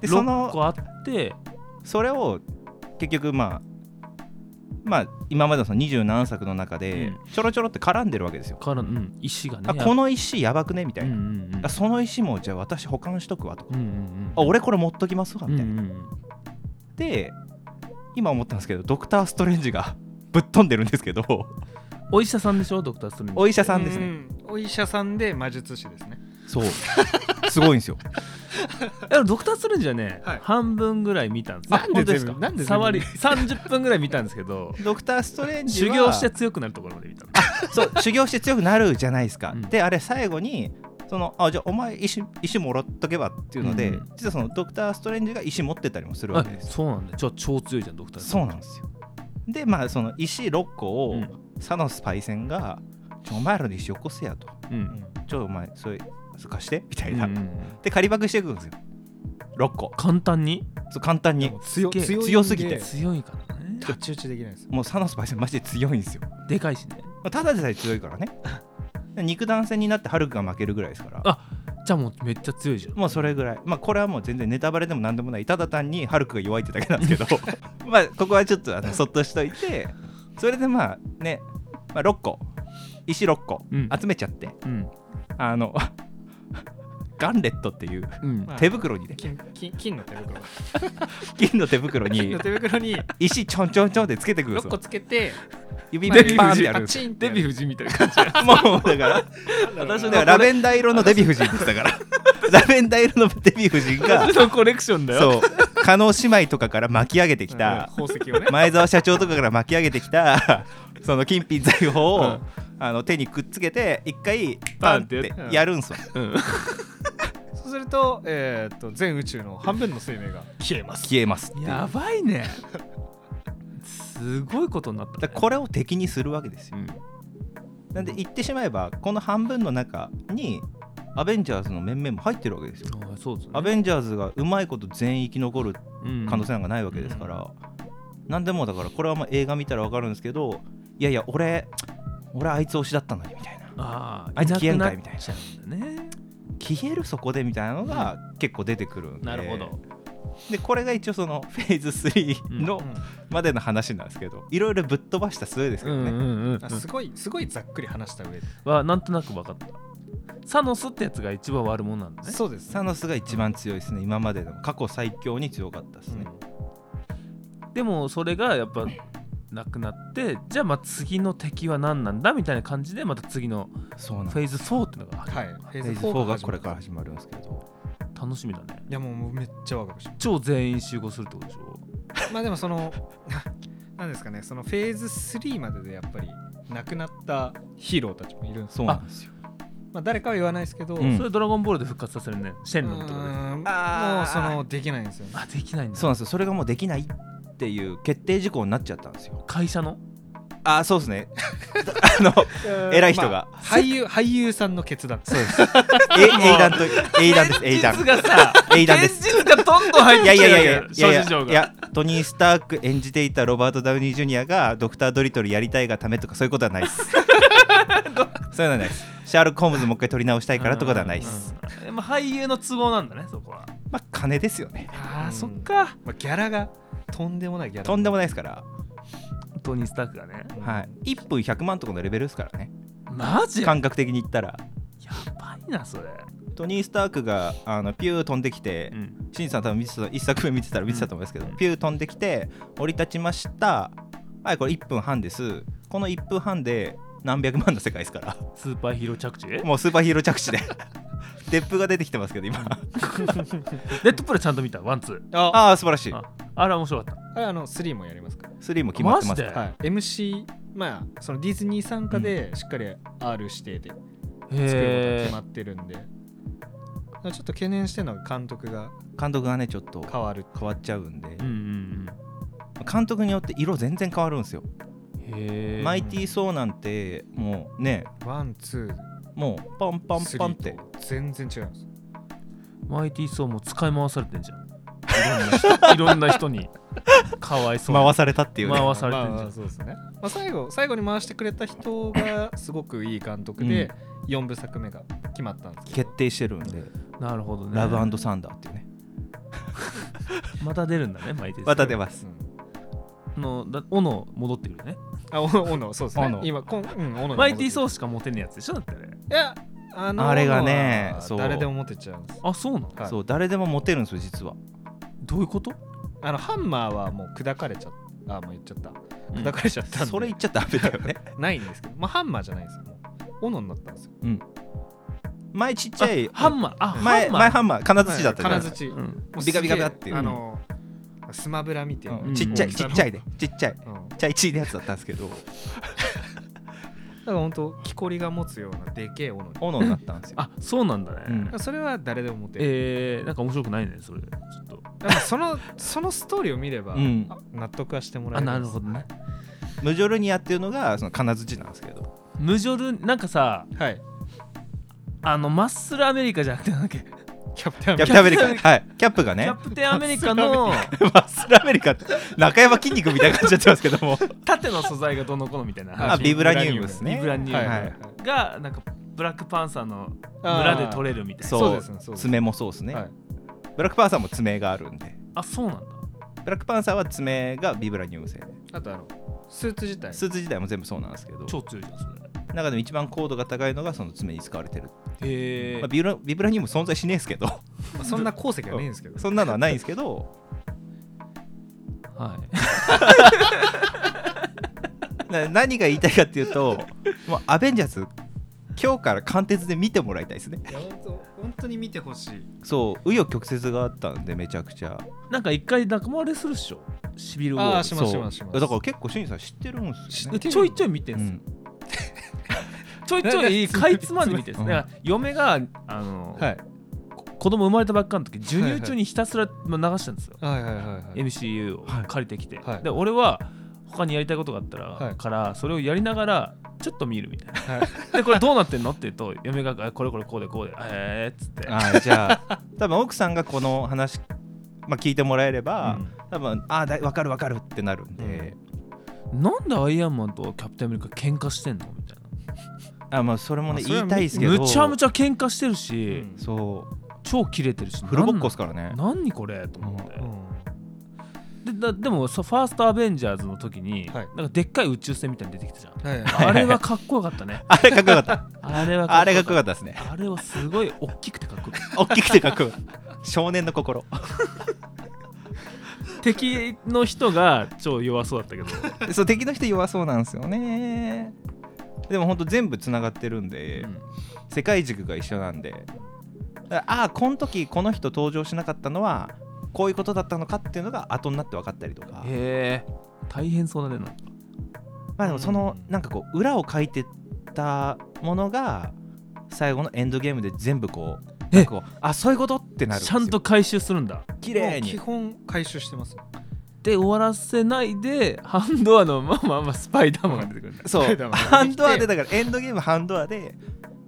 Speaker 2: でそ
Speaker 1: 6
Speaker 2: の
Speaker 1: 個あって
Speaker 2: それを結局まあまあ今までのその27作の中で
Speaker 1: うん
Speaker 2: ちょろちょろって絡んでるわけですよ、
Speaker 1: から、うん、石がね
Speaker 2: あこの石やばくねみた
Speaker 1: う
Speaker 2: い
Speaker 1: んう
Speaker 2: な、
Speaker 1: んうん
Speaker 2: あその石もじゃあ私保管しとくわとか、
Speaker 1: うんうんうん
Speaker 2: あ俺これ持っときますわ
Speaker 1: うん
Speaker 2: み
Speaker 1: う
Speaker 2: たいな、
Speaker 1: んうん
Speaker 2: で今思ったんですけどドクター・ストレンジが ぶっ飛んでるんですけど
Speaker 1: お医者さんでしょドクターストレンジ
Speaker 2: お医者さんです
Speaker 3: う
Speaker 2: ね
Speaker 3: んお医者さんで魔術師ですね
Speaker 2: そうすごいんですよ
Speaker 1: いやドクター・ストレンジはね、
Speaker 3: はい
Speaker 1: 半分ぐらい見たんですよ
Speaker 3: なんで
Speaker 1: 本当すか
Speaker 3: 全部なんで全部
Speaker 1: 触り30分ぐらい見たんですけど
Speaker 2: ドクター・ストレンジ
Speaker 1: 修
Speaker 2: は
Speaker 1: 行して強くなるところまで見たの
Speaker 2: そう修行して強くなるじゃないですか、
Speaker 1: うん
Speaker 2: であれ最後にそのあじゃあお前石石もらっとけばっていうので、
Speaker 1: うん
Speaker 2: 実はそのドクター・ストレンジが石持ってたりもするわ
Speaker 1: あ
Speaker 2: けで す
Speaker 1: そうなんだちょ超強いじゃんドクタースト
Speaker 2: そ
Speaker 1: レ
Speaker 2: う
Speaker 1: ンジ
Speaker 2: なんですよでまあその石6個を、
Speaker 1: うん
Speaker 2: サノスパイセンが「ちょお前らの石よこせや」と
Speaker 1: うん
Speaker 2: 「ちょお前それそれ貸して」みたい
Speaker 1: うん
Speaker 2: な、
Speaker 1: うんうん
Speaker 2: で仮爆していくんですよ6個
Speaker 1: 簡単に
Speaker 2: そう簡単に
Speaker 3: でも強
Speaker 1: すげえ
Speaker 3: いんで
Speaker 2: 強すぎて
Speaker 1: 強いからね
Speaker 3: 太刀打ちできないです
Speaker 2: もうサノスパイセンマジで強いんですよ、ま
Speaker 1: でかいしね
Speaker 2: あ、ただでさえ強いからね肉弾戦になってハルクが負けるぐらいですから
Speaker 1: あじゃあもうめっちゃ強いじゃん
Speaker 2: もうそれぐらいまあこれはもう全然ネタバレでも何でもないただ単にハルクが弱いってだけなんですけどまあここはちょっとあのそっとしといてそれでまあね、まあ、6個石6個
Speaker 1: うん
Speaker 2: 集めちゃって、
Speaker 1: うん
Speaker 2: あの ガンレットっていう
Speaker 3: うん
Speaker 2: 手袋にね
Speaker 4: 金金金の手袋
Speaker 2: 銀の手袋
Speaker 4: 金
Speaker 2: に
Speaker 4: の手袋に
Speaker 2: 石ちょんちょんちょんってつけてくるんです
Speaker 4: 6個
Speaker 2: よ
Speaker 4: つけて
Speaker 2: 指でパーンってやるん
Speaker 4: パ
Speaker 2: ですよ
Speaker 4: チンって
Speaker 1: デ
Speaker 4: やる
Speaker 1: ヴィ夫人みたいな感じ
Speaker 2: もうだからだ
Speaker 1: 私
Speaker 2: からラベンダー色のデヴィ夫人でしたからラベンダー色のデヴィ夫人が
Speaker 1: のコレクションだよ
Speaker 2: そう加納姉妹とかから巻き上げてきた
Speaker 4: 宝石 をね
Speaker 2: 前澤社長とかから巻き上げてきた その金品財宝を、
Speaker 1: うん
Speaker 2: あの手にくっつけて一回
Speaker 1: パ
Speaker 2: パンっ
Speaker 1: ン
Speaker 2: て
Speaker 4: って
Speaker 2: やるんすよ、
Speaker 1: うん
Speaker 3: そうすると,、えー、と全宇宙の半分の生命が消えます
Speaker 2: 消えます
Speaker 1: やばいねすごいことになったね
Speaker 2: だからこれを敵にするわけですよなんで言ってしまえばこの半分の中にアベンジャーズの面々も入ってるわけですよ
Speaker 1: うんあそうですね
Speaker 2: アベンジャーズがうまいこと全員生き残る
Speaker 1: うん
Speaker 2: 可能性なんかないわけですから、なんでもうだからこれはまあ映画見たら分かるんですけどいやいや俺俺あいつ推しだったのにみたいな
Speaker 1: ああ
Speaker 2: あいつ消えんか
Speaker 1: な
Speaker 2: い
Speaker 1: く
Speaker 2: みたいな
Speaker 1: っちゃうんだね
Speaker 2: 消えるそこでみたいなのが結構出てくるんで、
Speaker 1: なるほど
Speaker 2: でこれが一応そのフェーズ3のまでの話なんですけどいろいろぶっ飛ばした末ですけ
Speaker 1: う
Speaker 2: ど
Speaker 1: んう
Speaker 2: ね、
Speaker 1: んうん
Speaker 3: あすごいすごいざっくり話した上で、
Speaker 1: はなんとなく分かったサノスってやつが一番悪者なんだね
Speaker 3: そうです
Speaker 2: サノスが一番強いですね今までの過去最強に強かったですね、
Speaker 1: でもそれがやっぱなくなってじゃあまあ次の敵は何なんだみたいな感じでまた次の
Speaker 2: そうなんです
Speaker 1: フェーズ4っていうのが始ま
Speaker 3: はい
Speaker 1: る、
Speaker 3: フェ
Speaker 2: フェー
Speaker 3: ー
Speaker 2: ズ
Speaker 3: ズ
Speaker 2: 4
Speaker 3: 4
Speaker 2: が
Speaker 3: が
Speaker 2: こ
Speaker 3: こ
Speaker 2: れ
Speaker 3: れ
Speaker 2: か
Speaker 3: からら
Speaker 2: 始まるんですけど
Speaker 1: 楽しみだね
Speaker 3: いやもうもうめっちゃワクワクしま
Speaker 1: 超全員集合するってことでしょ
Speaker 3: すまあでもその なんですかねそのフェーズ3まででやっぱり亡くなったヒーローたちもいるんです
Speaker 2: そうなんですよ
Speaker 3: まあ誰かは言わないですけど、
Speaker 2: うん
Speaker 1: それドラゴンボールで復活させるねシェンロンとかで
Speaker 3: うーんも
Speaker 2: あ
Speaker 3: うそ
Speaker 2: ー
Speaker 3: のできないんで すよね
Speaker 1: あできないんだ
Speaker 2: そうなんですよそれがもうできないっていう決定事項になっちゃったんですよ
Speaker 1: 会社の
Speaker 2: ああそうですね あ の偉い人が
Speaker 3: まあ俳優俳優さんの決断そうです
Speaker 2: え英断 と英断です英断
Speaker 1: 実がさ
Speaker 2: 英断です
Speaker 1: 実がどんどん入っ
Speaker 2: い
Speaker 1: て
Speaker 2: や
Speaker 1: き
Speaker 2: い
Speaker 1: て
Speaker 2: やいや
Speaker 1: る
Speaker 2: いや
Speaker 1: よ
Speaker 2: いや
Speaker 1: 諸
Speaker 2: いや
Speaker 1: 事情が
Speaker 2: いやトニー・スターク演じていたロバート・ダウニー・ジュニアがドクター・ドリトルやりたいがためとかそういうことはないですそういうのはないですシャーロック・ホームズもう一回撮り直したいからとかではないです、
Speaker 1: うんうんまあ、俳優の都合なんだねそこは
Speaker 2: まあ金ですよね
Speaker 1: あ
Speaker 3: うん
Speaker 1: そっか
Speaker 3: まあ、ギャラがとんでもないギャラ
Speaker 2: とんでもないですから、
Speaker 1: トニー・スタークがね
Speaker 2: はい、1分100万とかのレベルですからね
Speaker 1: マジや
Speaker 2: 感覚的に言ったら
Speaker 1: ばいなそれ、
Speaker 2: トニー・スタークがあのピュー飛んできて、
Speaker 1: うん
Speaker 2: シンさん多分見てた1作目見てたら見てたと思いますけど、
Speaker 1: うん
Speaker 2: ピュー飛んできて降り立ちましたはいこれ1分半ですこの1分半で何百万の世界ですから
Speaker 1: スーパーヒーロー着地デ
Speaker 2: もうスーパーヒーロー着地で デップが出てきてますけど今
Speaker 1: ッドプールちゃんと見たワンツー
Speaker 3: あ
Speaker 2: ああ素晴らしい
Speaker 1: ああれ面白かっ
Speaker 3: あれあの3もやりますか
Speaker 2: 3も決まってます
Speaker 1: マジ
Speaker 3: ら、はい、MC まあそのディズニー参加でしっかり R 指定で作
Speaker 1: た
Speaker 3: ることが
Speaker 1: へ
Speaker 3: 決まってるんで、ちょっと懸念してるのが監督が
Speaker 2: 監督がねちょっと
Speaker 3: 変わる
Speaker 2: 変わっちゃうんで、
Speaker 1: えうんうん
Speaker 2: 監督によって色全然変わるんですよ、
Speaker 1: うんへえ
Speaker 2: マイティー・ソーなんてもうね
Speaker 3: ワンツー
Speaker 2: もうパンパン
Speaker 3: スリ
Speaker 2: パンっ
Speaker 3: ー
Speaker 2: て
Speaker 3: と全然違うんです
Speaker 1: マイティーソーも使い回されてんじゃんいろんな人いろんな人にかわいそうに
Speaker 2: 回されたっていうね
Speaker 1: 回されてんじゃん
Speaker 3: まあまあそうですね、まあ、最後最後に回してくれた人がすごくいい監督で、4部作目が決まったんですけど
Speaker 2: 決定してるんで、
Speaker 1: なるほどね
Speaker 2: ラブサンダーっていうね
Speaker 1: また出るんだねマイティーソー
Speaker 2: また出ます
Speaker 3: うん
Speaker 1: あのだ斧戻ってくるね
Speaker 3: あ、おおの、そうですね
Speaker 2: 斧。
Speaker 3: 今、こん、うん、おの。
Speaker 1: マイティーソーしか持てねえやつでしょだってね
Speaker 3: いや、あの
Speaker 2: あれがね
Speaker 3: 斧は
Speaker 2: そう
Speaker 3: 誰でも持てちゃうんです。
Speaker 1: あそうなの
Speaker 3: はい
Speaker 2: そう誰でもモテるんですよ実は
Speaker 1: どういうこと
Speaker 3: あのハンマーはもう砕かれちゃった。あ、もう言っちゃった。砕かれちゃったんで。
Speaker 2: それ言っちゃダメだよ ね
Speaker 3: ないんですけど、まあハンマーじゃないですよ。もう斧になったんですよ。
Speaker 2: 前ちっちゃい
Speaker 1: あハンマーあハ
Speaker 2: 前前
Speaker 1: ンマー
Speaker 2: ハンマー金槌だったじゃない
Speaker 3: 金
Speaker 2: ですか
Speaker 3: 槌。も
Speaker 1: うん
Speaker 3: うす
Speaker 2: ビカ
Speaker 3: げ
Speaker 2: ビ
Speaker 3: え
Speaker 2: カビカっていう
Speaker 3: あの、スマブラみたいな。
Speaker 2: う
Speaker 3: うんん
Speaker 2: ちっちゃい
Speaker 1: うん
Speaker 2: ちっちゃいでちっちゃい
Speaker 3: だ
Speaker 2: ちゃいちいのやつだったんですけど
Speaker 3: から本当木こりが持つようなでけえ斧に
Speaker 2: 斧になったんですよ
Speaker 1: あそうなんだね、
Speaker 2: うん
Speaker 3: それは誰でも持てる
Speaker 1: えー、なんか面白くないねそれちょっと
Speaker 3: だからそのそのストーリーを見れば、
Speaker 2: うん
Speaker 3: あ納得はしてもら
Speaker 1: あ
Speaker 3: えるんです
Speaker 1: なるほどね
Speaker 2: ムジョルニアっていうのがその金槌なんですけど
Speaker 1: ムジョルなんかさ
Speaker 3: はい
Speaker 1: あのマッスルアメリカじゃなくてなんだっけ
Speaker 3: キャプテンア
Speaker 2: キ
Speaker 3: メ
Speaker 2: ャ
Speaker 3: リ
Speaker 2: プテン
Speaker 3: カ
Speaker 2: アメリカはいキャップが
Speaker 1: キ
Speaker 2: ね
Speaker 1: ャプテンアメリカの
Speaker 2: マッスルアメリカって中山筋肉みたいな感じになってますけども
Speaker 1: 縦の素材がどうのこうのみたいな
Speaker 2: あ
Speaker 1: 話
Speaker 2: ビブラニウムですね
Speaker 1: ビブラニウム
Speaker 3: はいはい
Speaker 2: はい
Speaker 1: がなんかブラックパンサーの
Speaker 3: あー
Speaker 1: 村で取れるみたいな
Speaker 2: そう
Speaker 3: そうですねそうですね
Speaker 2: 爪もそうですね、
Speaker 3: はい
Speaker 2: ブラックパンサーも爪があるんで
Speaker 1: あそうなんだ
Speaker 2: ブラックパンサーは爪がビブラニウム製で
Speaker 3: あとあのスーツ自体
Speaker 2: スーツ自体も全部そうなんですけど
Speaker 1: 超強いじゃんそれ
Speaker 2: 中でも一番高度が高いのがその爪に使われてる
Speaker 1: へ
Speaker 2: まあ、ビブラビブラニウム存在しねえですけど
Speaker 3: まあ、そんな功績はねえんですけど
Speaker 2: そんなのはないんですけど
Speaker 1: はい
Speaker 2: な 何が言いたいかっていうともうアベンジャーズ今日から貫徹で見てもらいたいですね
Speaker 3: いや本当本当に見てほしい
Speaker 2: そう紆余曲折があったんでめちゃくちゃ
Speaker 1: なんか一回仲間割れするっしょシビルウォ
Speaker 3: ああ
Speaker 1: ー
Speaker 3: しますし
Speaker 1: そう
Speaker 3: ますします
Speaker 2: だから結構しんさん知ってるんです
Speaker 1: し
Speaker 2: よね、
Speaker 1: ちょいちょい見てん
Speaker 2: う
Speaker 1: すよ、
Speaker 2: ん、
Speaker 1: ちょいちょい
Speaker 3: なな
Speaker 1: かいつまんで見てんす
Speaker 2: うん
Speaker 1: だから嫁があの、
Speaker 3: はい
Speaker 1: こ子供生まれたばっかの時授乳中にひたすらまあ流したんですよ、
Speaker 3: はいはいはいはい
Speaker 1: MCU を借りてきて、
Speaker 3: はい
Speaker 1: で俺は他にやりたいことがあったら、
Speaker 3: はい
Speaker 1: からそれをやりながらちょっと見るみたいな
Speaker 3: はい
Speaker 1: でこれどうなってんのって言うと嫁があこれこれこうでこうでえー、っつって
Speaker 2: あーじゃあ多分奥さんがこの話、まあ、聞いてもらえれば、多分ああだい分かる分かるってなるんで、
Speaker 1: うんなんでアイアンマンとキャプテンアメリカ喧嘩してんのみたいな
Speaker 2: あまあそれもね
Speaker 3: まあそれ
Speaker 2: 言
Speaker 3: はい
Speaker 2: たいですけど
Speaker 1: むちゃむちゃ喧嘩してるし、
Speaker 3: うん
Speaker 2: そう
Speaker 1: 超キレてるし
Speaker 2: フルボッコですからね
Speaker 1: 何これと思って、
Speaker 3: う
Speaker 1: でだでもそうファーストアベンジャーズの時に、な
Speaker 3: はい
Speaker 1: んかでっかい宇宙船みたいに出てきたじゃん
Speaker 3: んはい
Speaker 1: あれはかっこよかったね
Speaker 2: あれかっこよかった
Speaker 1: あれは
Speaker 2: あれがかっこよか
Speaker 1: っ
Speaker 2: ったですね
Speaker 1: たあれはすごい大きくてかっこよかった
Speaker 2: 大きくてかっこよかった少年の心
Speaker 1: 敵の人が超弱そうだったけど、
Speaker 2: そう敵の人弱そうなんですよねでもほんと全部つながってるんで、世界軸が一緒なんでだからああこの時この人登場しなかったのはこういうことだったのかっていうのが後になって分かったりとか
Speaker 1: へえ大変そうだねなんか
Speaker 2: まあでもその
Speaker 3: うん
Speaker 2: なんかこう裏を書いてたものが最後のエンドゲームで全部こう
Speaker 1: え
Speaker 2: なんかこうあそういうことってなるんです
Speaker 1: ち
Speaker 2: よ
Speaker 1: ゃんと回収するんだ
Speaker 2: 綺
Speaker 3: も
Speaker 2: 麗
Speaker 3: う基
Speaker 2: に
Speaker 3: 本回収してます
Speaker 1: で終わらせないでハンドアのまあまあまあスパイダーマンが出てくるんだ
Speaker 2: そ
Speaker 3: スパ
Speaker 2: う
Speaker 3: イダーマン
Speaker 2: ハンドアでだからエンドゲームハンドアで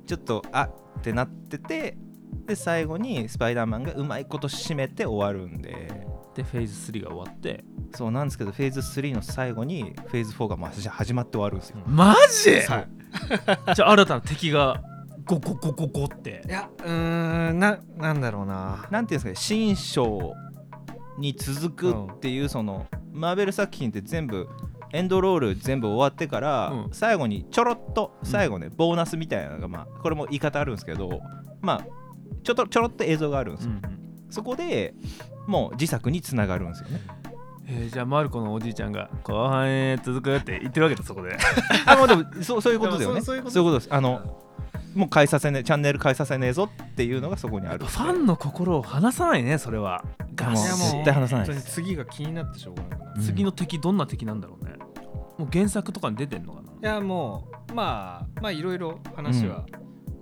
Speaker 2: ちょっとあってなっててで最後にスパイダーマンがうまいこと締めて終わるんで
Speaker 1: でフェーズ3が終わって
Speaker 2: そうなんですけどフェーズ3の最後にフェーズ4がまあ始まって終わるんですよ
Speaker 1: マジ
Speaker 3: はい
Speaker 1: じゃあ新たな敵がゴゴゴゴゴって
Speaker 3: いやうーんななんだろうな
Speaker 2: なんていうんですかね新章に続くっていうその、マーベル作品って全部エンドロール全部終わってから、
Speaker 1: うん
Speaker 2: 最後にちょろっと最後ね、ボーナスみたいなのがまあこれも言い方あるんですけどまあちょっとちょろっと映像があるんですよ、そこでもう自作につながるんですよ ね
Speaker 1: えーじゃあマルコのおじいちゃんが「後半へ続く」って言ってるわけだそこで
Speaker 2: あもうでもそうそういうことだよね
Speaker 3: でもそうそういうこと
Speaker 2: いうことですあのもう変えさせねチャンネル変えさせねえぞっていうのがそこにあ
Speaker 1: やっ
Speaker 2: る
Speaker 1: ぱファンの心を離さないねそれはガ
Speaker 2: もう
Speaker 1: シ
Speaker 3: いやもう
Speaker 1: ッ
Speaker 2: 絶対離さない
Speaker 3: 本当に次が気になってしょうがないかな、
Speaker 2: うん
Speaker 1: 次の敵どんな敵なんだろうねもう原作とかに出てんのかない
Speaker 3: やもうまあまあいろいろ話は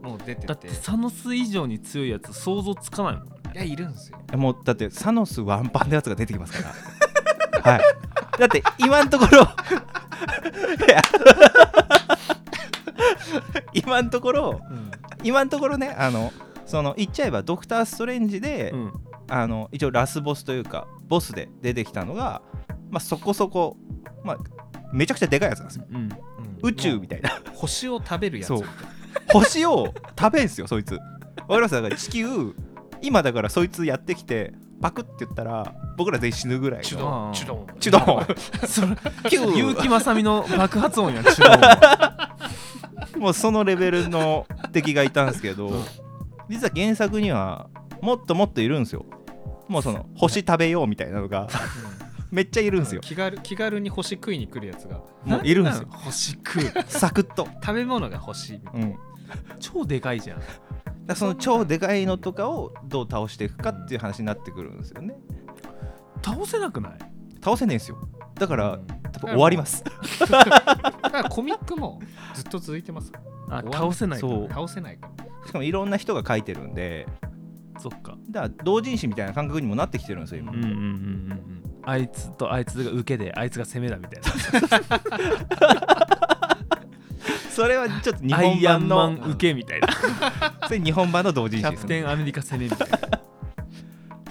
Speaker 3: もう出てて、
Speaker 1: だってサノス以上に強いやつ想像つかないもん
Speaker 3: いやいるんですよ
Speaker 2: もうだってサノスワンパンのやつが出てきますから。はい。だって今のところいや今のところ
Speaker 3: うん
Speaker 2: 今のところねあのその言っちゃえばドクター・ストレンジで、
Speaker 1: うん
Speaker 2: あの一応ラスボスというかボスで出てきたのが、まあ、そこそこ、まあ、めちゃくちゃでかいやつなんですよ
Speaker 1: うん
Speaker 2: 宇宙み
Speaker 3: た
Speaker 2: たいな
Speaker 3: 星を食べるやつみたいな
Speaker 2: 星を食べんすよそいつわかりますだから地球今だからそいつやってきてパクって言ったら僕ら全員死ぬぐらい
Speaker 3: チュ
Speaker 2: の
Speaker 1: う
Speaker 3: ド
Speaker 1: ん
Speaker 3: ンチュドン
Speaker 2: ちょっと
Speaker 1: それ
Speaker 2: キュー
Speaker 1: 結城まさみの爆発音やん違うわ
Speaker 2: もうそのレベルの敵がいたんですけ ど実は原作にはもっともっといるんですよもうその星食べようみたいなのがめっちゃいるんですよ
Speaker 3: 気軽気軽に星食いに来るやつが
Speaker 2: もういるんですよ
Speaker 1: なな星食う
Speaker 2: サクッと、
Speaker 3: 食べ物が星みたいな
Speaker 2: うん、だか
Speaker 1: 超でかいじゃん
Speaker 2: らその超でかいのとかをどう倒していくかっていう話になってくるんですよね
Speaker 1: 倒せなくない
Speaker 2: 倒せねえんですよだか
Speaker 3: う
Speaker 2: ら
Speaker 3: ん
Speaker 2: 多分終わります
Speaker 3: だからコミックもずっと続いて ます
Speaker 1: あ倒せないから
Speaker 2: そう
Speaker 3: 倒せないから
Speaker 2: しかもいろんな人が書いてるんで
Speaker 1: そっか
Speaker 2: だから同人誌みたいな感覚にもなってきてるんですよ今、
Speaker 1: うんうんうんうんうんあいつとあいつが受けであいつが攻めだみたいな
Speaker 2: それはちょっと日
Speaker 1: ア
Speaker 2: 本
Speaker 1: イアン
Speaker 2: 版
Speaker 1: マ
Speaker 2: の
Speaker 1: ン受けみたいな
Speaker 2: それ日本版の同人
Speaker 1: キ
Speaker 2: 誌
Speaker 1: ャ
Speaker 2: で
Speaker 1: プ
Speaker 2: す
Speaker 1: テ
Speaker 2: ね
Speaker 1: ンアメリカ攻めみたいな
Speaker 2: だか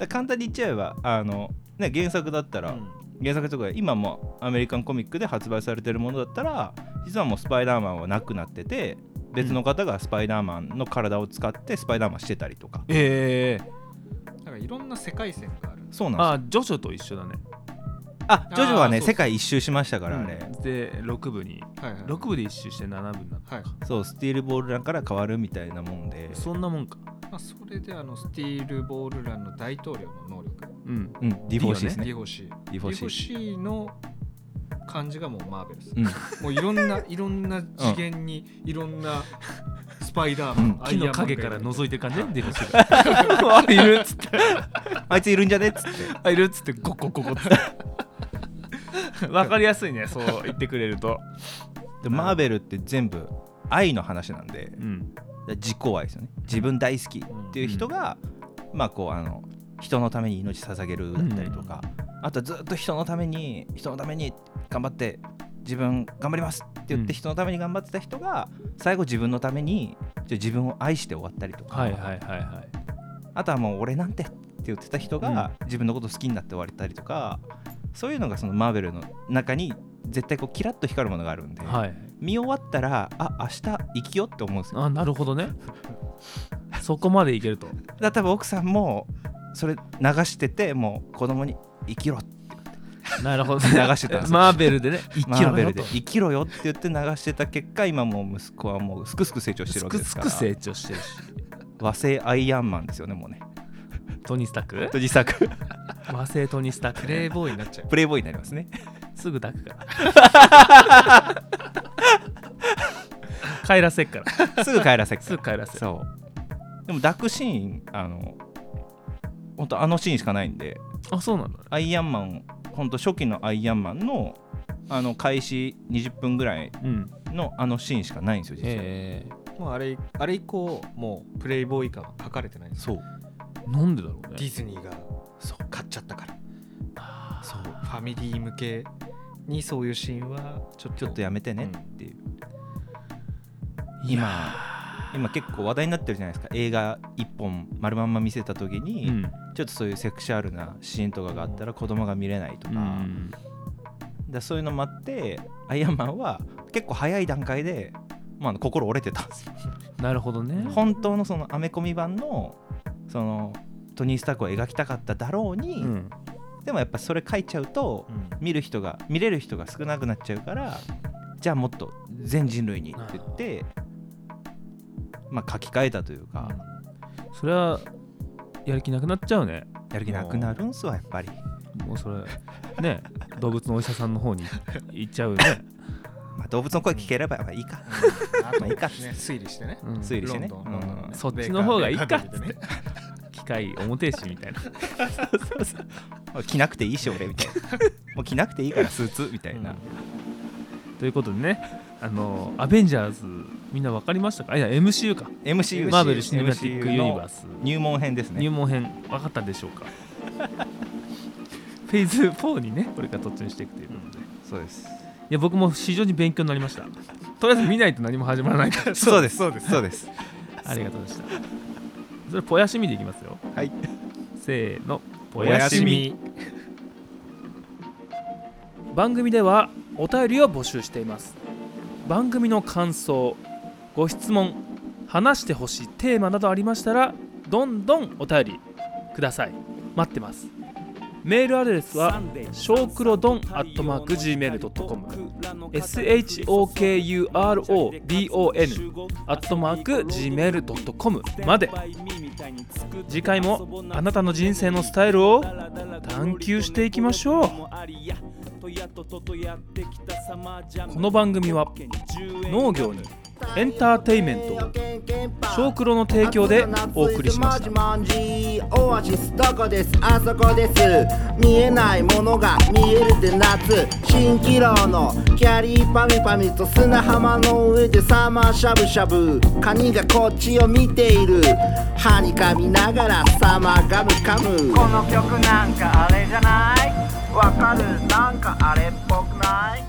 Speaker 2: ら簡単に言っちゃえばあの、ね、原作だったら、原作とか今もアメリカンコミックで発売されてるものだったら実はもうスパイダーマンはなくなってて別の方がスパイダーマンの体を使ってスパイダーマンしてたりとか、
Speaker 1: ええ
Speaker 3: だからいろんな世界線があるんです
Speaker 2: そうなんですよ
Speaker 1: あジョジョと一緒だね
Speaker 2: ああジョジョは
Speaker 1: あー
Speaker 2: ね
Speaker 1: そう
Speaker 2: 世界一周しましたからあれ、
Speaker 1: うんで6部に
Speaker 3: はいはい
Speaker 1: 6部で1周して7部になった、
Speaker 3: はい
Speaker 2: そうスティールボールランから変わるみたいなもんで
Speaker 1: そんなもんか
Speaker 3: まあ、それであのスティールボールランの大統領の能力
Speaker 1: うん
Speaker 2: うん D4C ですね
Speaker 3: D4C
Speaker 2: D4C
Speaker 3: D4C の感じがもうマーベルス、
Speaker 2: うん
Speaker 3: もういろん ないろんな次元にいろんなスパイダーマン、
Speaker 2: うん
Speaker 3: ア
Speaker 1: 木
Speaker 3: イアンマン
Speaker 1: の陰から覗いてる感じで
Speaker 3: あいるっつって
Speaker 2: あいついるんじゃねっつって
Speaker 1: あいるっつってゴッゴッゴッゴッつって わかりやすいねそう言ってくれると
Speaker 2: でマーベルって全部愛の話なんで
Speaker 1: うん
Speaker 2: 自己愛ですよね自分大好きっていう人が、まあこうあの人のために命捧げるだったりとか、あとずっと人のために人のために頑張って自分頑張りますって言っ
Speaker 1: うん
Speaker 2: て人のために頑張ってた人が最後自分のためにじゃあ自分を愛して終わったりとか、
Speaker 1: はいはいはいはい
Speaker 2: あとはもう俺なんてって言ってた人が自分のこと好きになって終わったりとか、そういうのがそのマーベルの中に絶対こうキラッと光るものがあるんで、
Speaker 1: はい
Speaker 2: 見終わったらあ明日生きようって思うんですよ
Speaker 1: あなるほどねそこまでいける と
Speaker 2: だから多分奥さんもそれ流しててもう子供に生きろって
Speaker 1: なるほど
Speaker 2: 流してたんですよ
Speaker 1: マーベルでね生
Speaker 2: マ
Speaker 1: き
Speaker 2: ー
Speaker 1: ろ
Speaker 2: ベ
Speaker 1: よ
Speaker 2: ル
Speaker 1: と
Speaker 2: で生きろよって言って流してた結果今もう息子はもうすくすく成長してる
Speaker 1: す
Speaker 2: わけ
Speaker 1: く
Speaker 2: です
Speaker 1: す
Speaker 2: か
Speaker 1: く
Speaker 2: ら
Speaker 1: 成長してるし
Speaker 2: 和製アイアンマンですよねもうね
Speaker 1: トニー・スタック
Speaker 2: と自 作
Speaker 1: 和製トニー・スタック
Speaker 3: プレイボーイになっちゃう
Speaker 2: プレイボーイになりますね
Speaker 1: すぐ抱くから 帰らせっから
Speaker 2: すぐ帰らせっか
Speaker 1: すぐ帰らせる
Speaker 2: そうでも抱くシーンあの本当あのシーンしかないんで
Speaker 1: あそうなんだ
Speaker 2: アイアンマン本当初期のアイアンマンのあの開始20分ぐらい
Speaker 1: うん
Speaker 2: のあのシーンしかないんですよ実際、
Speaker 1: え
Speaker 3: もうあれあれ以降もうプレイボーイ感は書かれてないんです
Speaker 2: そう
Speaker 1: えなんでだろう
Speaker 3: デ
Speaker 1: ね
Speaker 3: ィズニーがそう買っちゃったから
Speaker 1: あー
Speaker 3: そうファミリー向けにそういうシーンはちょっと
Speaker 2: ちょっとやめてねっていう、
Speaker 1: いや
Speaker 2: 今結構話題になってるじゃないですか映画一本丸まんま見せた時
Speaker 1: ー
Speaker 2: に、
Speaker 1: うん
Speaker 2: ちょっとそういうセクシャルなシーンとかがあったら子供が見れないとか,、
Speaker 1: うん
Speaker 2: だそういうのもあってアイアンマンは結構早い段階で、まああの、心折れてたんですよ
Speaker 1: なるほどね
Speaker 2: 本当のそのアメコミ版のそのトニー・スタークを描きたかっただろうに、
Speaker 1: うん
Speaker 2: でもやっぱそれ書いちゃうと
Speaker 3: うん
Speaker 2: 見る人が見れる人が少なくなっちゃうからじゃあもっと全人類にって言ってまあ書き換えたというか、
Speaker 1: それはやる気なくなっちゃうね
Speaker 2: やる気なくなるんすわやっぱり
Speaker 1: もうそれ ね動物のお医者さんの方に行っちゃうね、
Speaker 2: まあ、動物の声聞ければいいか、
Speaker 3: うん あと
Speaker 2: まあ
Speaker 3: ね
Speaker 2: いいか
Speaker 3: 推理してね
Speaker 1: うん
Speaker 2: 推理してね
Speaker 3: ロン
Speaker 2: う
Speaker 3: ドンロンド
Speaker 2: ん
Speaker 3: ンね
Speaker 1: そっちの方がいいか
Speaker 3: ベーカーベーカーでね
Speaker 1: 機械おもてしみたいな
Speaker 2: もう着なくていいし俺み たいなもう着なくていいからスーツみたいな、
Speaker 1: ということでねあのアベンジャーズみんな分かりましたかあいや MCU か
Speaker 2: MCU
Speaker 1: マーベル・シネマティック・ユニバー
Speaker 2: ス
Speaker 1: ス
Speaker 2: 入門編です
Speaker 1: 入
Speaker 2: ね
Speaker 1: 門編分かったでしょうかフェーズ4にねこれから突入していくということで、い
Speaker 2: そうです
Speaker 1: や僕も非常に勉強になりましたとりあえず見ないと何も始まらないから
Speaker 2: そうですそうですそうです
Speaker 1: ありがとうでしたそれぽやしみでいきますよ
Speaker 2: はい
Speaker 1: せーのぽ
Speaker 2: おやしみ
Speaker 1: 番組ではお便りを募集しています番組の感想ご質問話してほしいテーマなどありましたらどんどんお便りください待ってますメールアドレスは小黒ドンアットマーク Gmail.com SHOKURODON アットマーク Gmail.com まで次回もあなたの人生のスタイルを探求していきましょうこの番組は農業にエンターテインメントを小黒の提供でお送りしました
Speaker 4: オアシスどこですあそこです見えないものが見えるって夏蜃気楼のキャリーパミパミと砂浜の上でサーマーしゃぶしゃぶカニがこっちを見ている歯にかみながらサーマーガムカム
Speaker 5: この曲なんかあれじゃないわかるなんかあれっぽくない